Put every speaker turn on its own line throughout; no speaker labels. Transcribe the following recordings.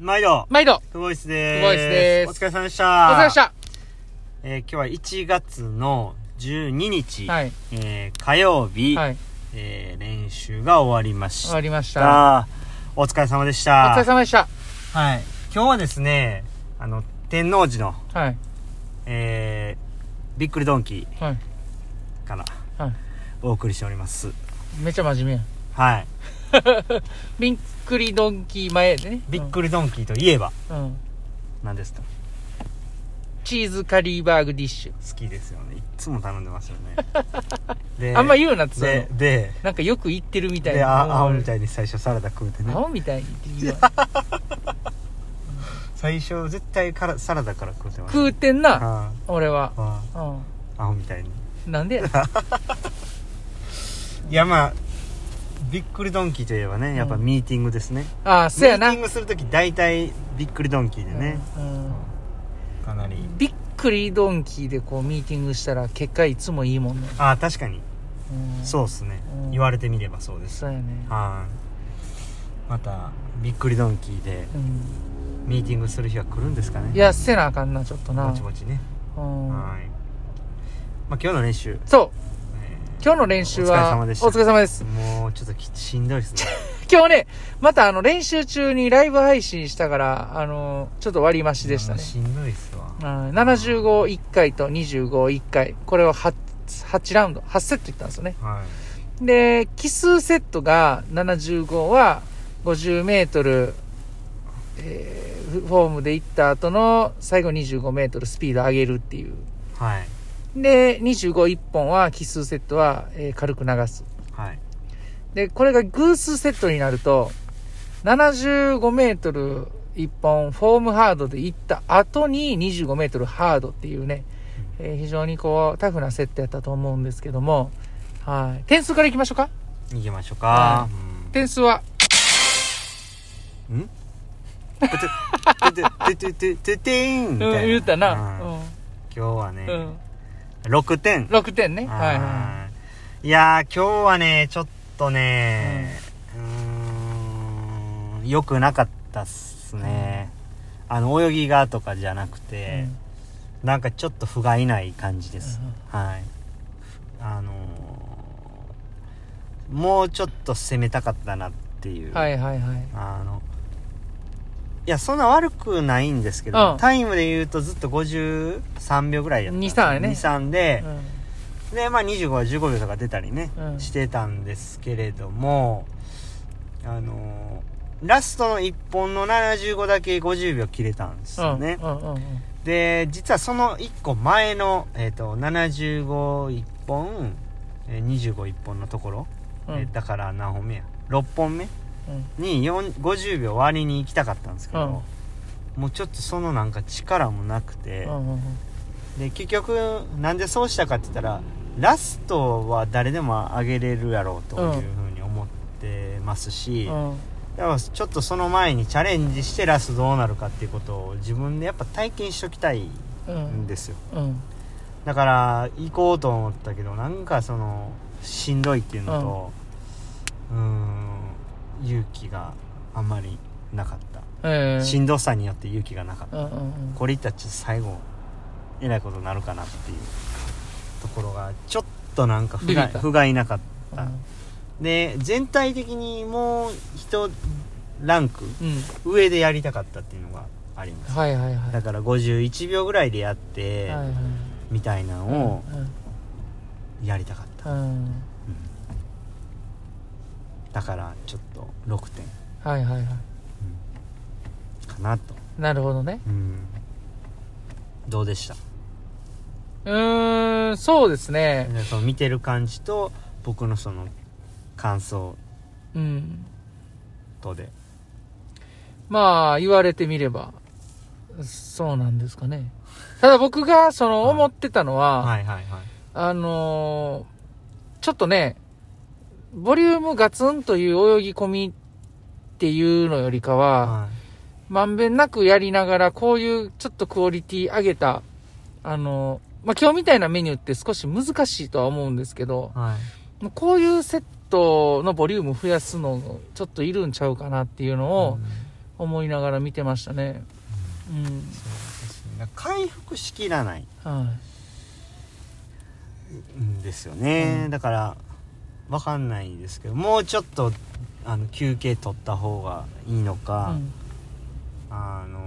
毎度、
毎度
久保イスで
久保井です
お疲れ様でした。
お疲れ様でした
えー今日は1月の12日、
はい。
えー火曜日、
はい。
えー練習が終わりまし
終わりました。
た。お疲れ様でし
お
た。
疲れ様でした。
はい。今日はですね、あの、天王寺の、
はい。
えー、びっくりドンキ
はい。
ーから、
はい
お送りしております。
めっちゃ真面目やん。
はい。
びっくりドンキー前でね。
びっくりドンキーといえば、
うんうん。
何ですか
チーズカリーバーグディッシュ。
好きですよね。いっつも頼んでますよ ね。で
あんま言うなってそういう
で
の、
で、
なんかよく言ってるみたい
で、
な。
あ青み
い。
たいに最初サラダ食うてね。
青みたいにって言わん
最初絶対からサラダから食うてました。
食うてんな、
あ
俺は。
あ
う
あ青みたいに。
ん。なんでや
いや、まあ、びっくりドンキーといえばね、やっぱミーティングですね。
ああ、そうやな。
ミーティングするとき大体びっくりドンキーでね、
うん。うん
かなり
びっくりドンキーでこうミーティングしたら結果いつもいいもんね。
ああ確かに
うん
そうっすね、
うん
言われてみればそうです
そうやね。
はいまたびっくりドンキーで
うん。
ミーティングする日は来るんですかね
いや、せなあかんな、ちょっとな。
もちもちね、
うん
はいまあ今日の練習、
そう。
え
今日の練習は
お疲れ様でした
お疲れ様です
ーもうちょっときしんどいですね
今日ねまたあの練習中にライブ配信したからあのちょっと割り増しでした
もう
ね
しんどいっすわ
751回と251回これを 8, 8ラウンド8セットいったんですよね
はい
で奇数セットが75は 50m、えーフォームで行った後の最後 25m スピード上げるっていう
はい
で251本は奇数セットは、えー軽く流す
はい
で、これが偶数セットになると、75メートル1本フォームハードで行った後に25メートルハードっていうね、えー非常にこうタフなセットやったと思うんですけども、はい。点数からいきましょうか。
行きましょうか
は、点数は、
うんんてててててててーん
う
み
ん、
たいな
言ったな。
うん
う
今
ん。
日はね、
うん。
6点。
6点ね。はいはい
やー、今日はね、ちょっとね、うーん、良くなかったっすね。あの、泳ぎがとかじゃなく
い。
て、なんかちょっと不甲斐ない感じです。
う
はい。あのーもうちょっと攻めたかったなっていうう。
んはいはいはい。
あの、いや、そんな悪くないんですけど、
うん
タイムで言うとずっと53秒ぐらいやったんですよ。
2 3ね
2、3で、
うん
で、まあ、25は15秒とか出たりね、
うん
してたんですけれども、あのーラストの1本の75だけ50秒切れたんですよね。
うんうんうんうん
で、実はその1個前の、えっ、と、75、1本、えー25、1本のところ、
うん
えーだから何本目や ?6 本目
うん
に4 50秒割りに行きたかったんですけど、もうちょっとそのなんか力もなくて、
うんうん
で結局なんでそうしたかって言ったらラストは誰でも上げれるやろうというふうに思ってますし、
うんうん
だからちょっとその前にチャレンジしてラストどうなるかっていうことを自分でやっぱ体験しときたいんですよ、
うん
だから行こうと思ったけどなんかそのしんどいっていうのとうーん勇気があんまりなかった、
えー
しんどさによって勇気がなかった、
うんうんうん
これいったらちょっと最後えらいことになるかなっていうところがちょっとなんか不
ビビ
甲
った
不甲斐なかっ
う
た
ん
で全体的にもう一ランク
うん
上でやりたかったっていうのがあります
はいはいはい
だから51秒ぐらいでやって
はいはい
みたいな
うん
のをやりたかった、
うんうん
だからちょっと6点
はいはいは
かなと、
いなるほどね
うんどうでした
うーんそうですね
でその見てる感じと僕のその感想
うん
とで
まあ言われてみればそうなんですかねただ僕がその
はい
思ってたのは、
はいはいはい
あのーちょっとねボリュームガツンという泳ぎ込みっていうのよりかは、
は
まんべんなくやりながら、こういうちょっとクオリティ上げた、あの、まあ、今日みたいなメニューって少し難しいとは思うんですけど
い、はい
もうこういうセットのボリューム増やすの、ちょっといるんちゃうかなっていうの
う
を、
ん
思いながら見てましたねうん
そうですねだから回復しきらない
は
んですよね、
うん
だからわかんないですけどもうちょっとあの休憩取った方がいいの
い、う
か、
ん
あの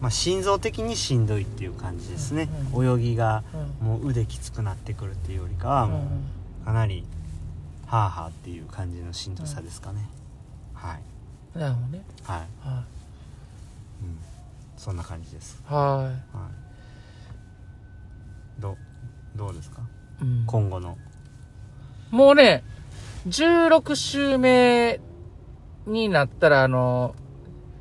まあ、心臓的にしんどいっていう感じですね、
う
泳ぎが
うん
もう腕きつくなってくるっていうよりかはもうかなりハーハーっていう感じのしんどさですかね、はい
うんなるほどね
はい、
は
うん、そんな感じです、
いは
はい、どうどうですか
い、うん
今後の
もうね16週目になったらあの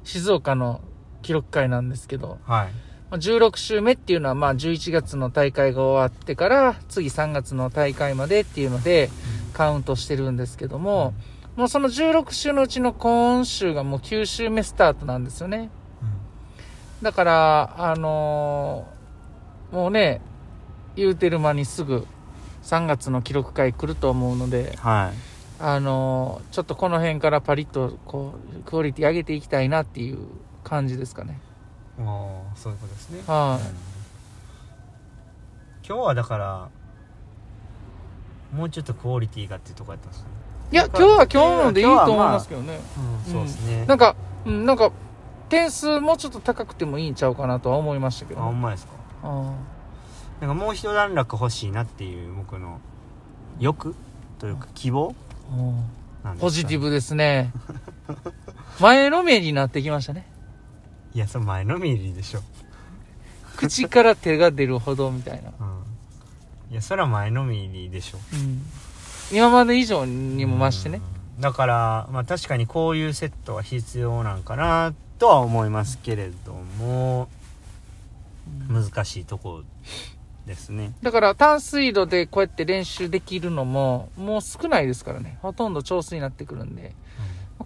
静岡の記録会なんですけど
はい
まあ16週目っていうのはまあ11月の大会が終わってから次3月の大会までっていうのでカウントしてるんですけども、もうその16週のうちの今週がもう9週目スタートなんですよね。だから、あのーもうね、言うてる間にすぐ3月の記録会来ると思うので、
はい
あのーちょっとこの辺からパリッとこう、クオリティ上げていきたいなっていう感じですかね。
もうそういうことですね、
は
うん今日はだからもうちょっとクオリティがっていうとこやったんですかね、
い。いや、今日は今日のでいいと思いますけどね。
うんそうですね
なんか、うん、なんか、点数もうちょっと高くてもいいんちゃうかなとは思いましたけ
あ
ど、
ほ
ね
ん。まですか
あ
なんかもう一段落欲しいなっていう僕の欲というか希望なんですかね
ポジティブですね。前のめりになってきましたね。
いやそれ前のめりでしょ、
口から手が出るほどみたいな。
うん、いやそれは前のめりでしょ
うん。今まで以上にも増してね。
うんだから、まあ、確かにこういうセットは必要なんかなとは思いますけれども
うん
難しいとこですね
だから淡水路でこうやって練習できるのも、もう少ないですからね。ほとんど調水になってくるんで。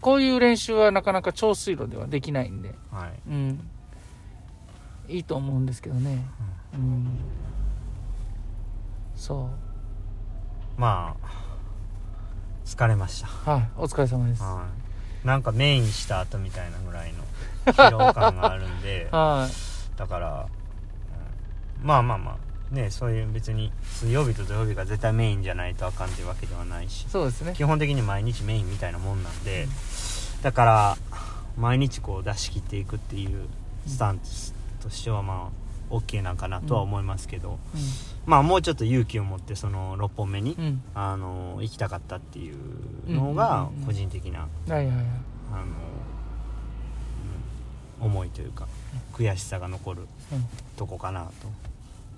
こういう練習はなかなか調水路ではできないんで。
はい、
うん。いいと思うんですけどね。うん。そ
まあ疲れました、
う。はい。お疲れ様です。は
はい、なんかメインした後みたいなぐらいの疲労感があるん で
い。
だから、うんまあまあまあねそういう別に水曜日と土曜日が絶対メインじゃないとあかんっていうわけではないし
そうですね。
基本的に毎日メインみたいなもんなんで、だから毎日こう出し切っていくっていうスタンスとしてはまあ OK なんかなとは思いますけど、まあもうちょっと勇気を持ってその6本目に、
うん。うん。
あの行きたかったっていうのが
うんうんうんうん
個人的な、
はいはいはい。
あのうん思いというか悔しさが残る
うん
とこかなと、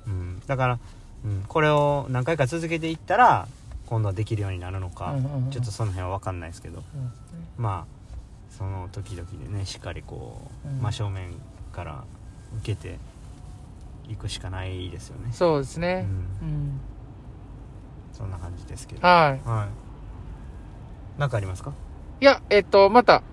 うん、だから、うん、これを何回か続けていったら今度はできるようになるのか、
うんうんうん
ちょっとその辺は分かんないですけど
うん
まあその時々でねしっかりこう、
うん
真正面から受けていくしかないですよね
そうです
うん、
ね。うん。
そんな感じですけどは、
はい
なんかありますか
い。いや、えっと、また、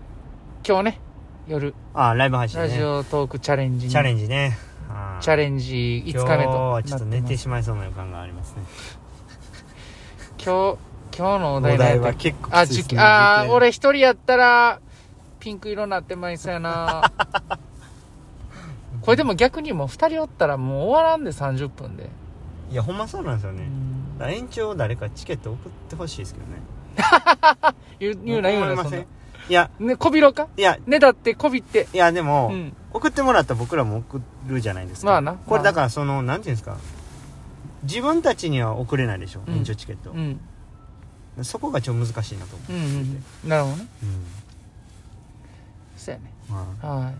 今日ね、夜、
あライブ配信
ラ
ね
ジオトークチャレンジに
チャレンジねあ
チャレンジ5日目と
今日
な
は
って
ちょ
ま
っ
す。
と寝てしまいそうな予感がありますね
今日、今日のお
お
題
題
何や
は
ったっ
結構
けあ、
きつい
じ
ですね
あ
受
ー、
験
俺一人やったら、ピンク色になってまいそうやな これでも逆にもう二人おったらもう終わらんで30分で。
いやほんまそうなんですよね、
うん
だから延長誰かチケット送ってほしいですけどね
言う言うな言う
思い
な、
ま
そん
せん
な。
いや
ね、こびろか
いや
ねだって、こびって。
いやでも、
うん。
送ってもらったら僕らも送るじゃないですか
まあな
これだからそのなんていうんですか自分たちには送れないでしょ、
うん
延長チケット
う、ん。
そこがちょっと難しいなと思
う
うん
うんうん。なるほどね。
うん
そうやね。
まあ
はい。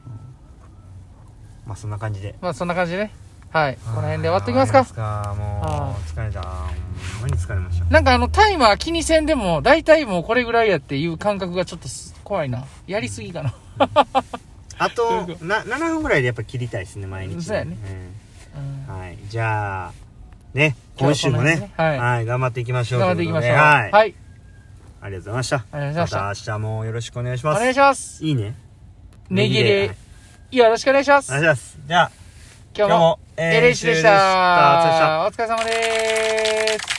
まあそんな感じで
まあそんな感じでね。はい。この辺で終わっておきますか。
かも
は
う疲れたほんまに疲れました
なんかあのタイマー気にせんでも、大体もうこれぐらいやっていう感覚がちょっとす怖いな。やりすぎかな。
あとな7分ぐらいでやっぱ切りたいですね毎日
そうやね
うんはいじゃあね今週も
今日は
ね
この辺でねはい
頑張っていきましょう
頑張っていきましょう。
ということではい
はい。
ありがとうございました
ありがとうございました
また明日もよろしくお願いし
お
ます
願いします。
いいね
ねぎ
ネギ
り
で、
よろしくお願いしま
お
す
願い。しますじゃあ
今日も、
えー
エレイシで
練
し
習お疲れ様でした
た。お疲れ様です。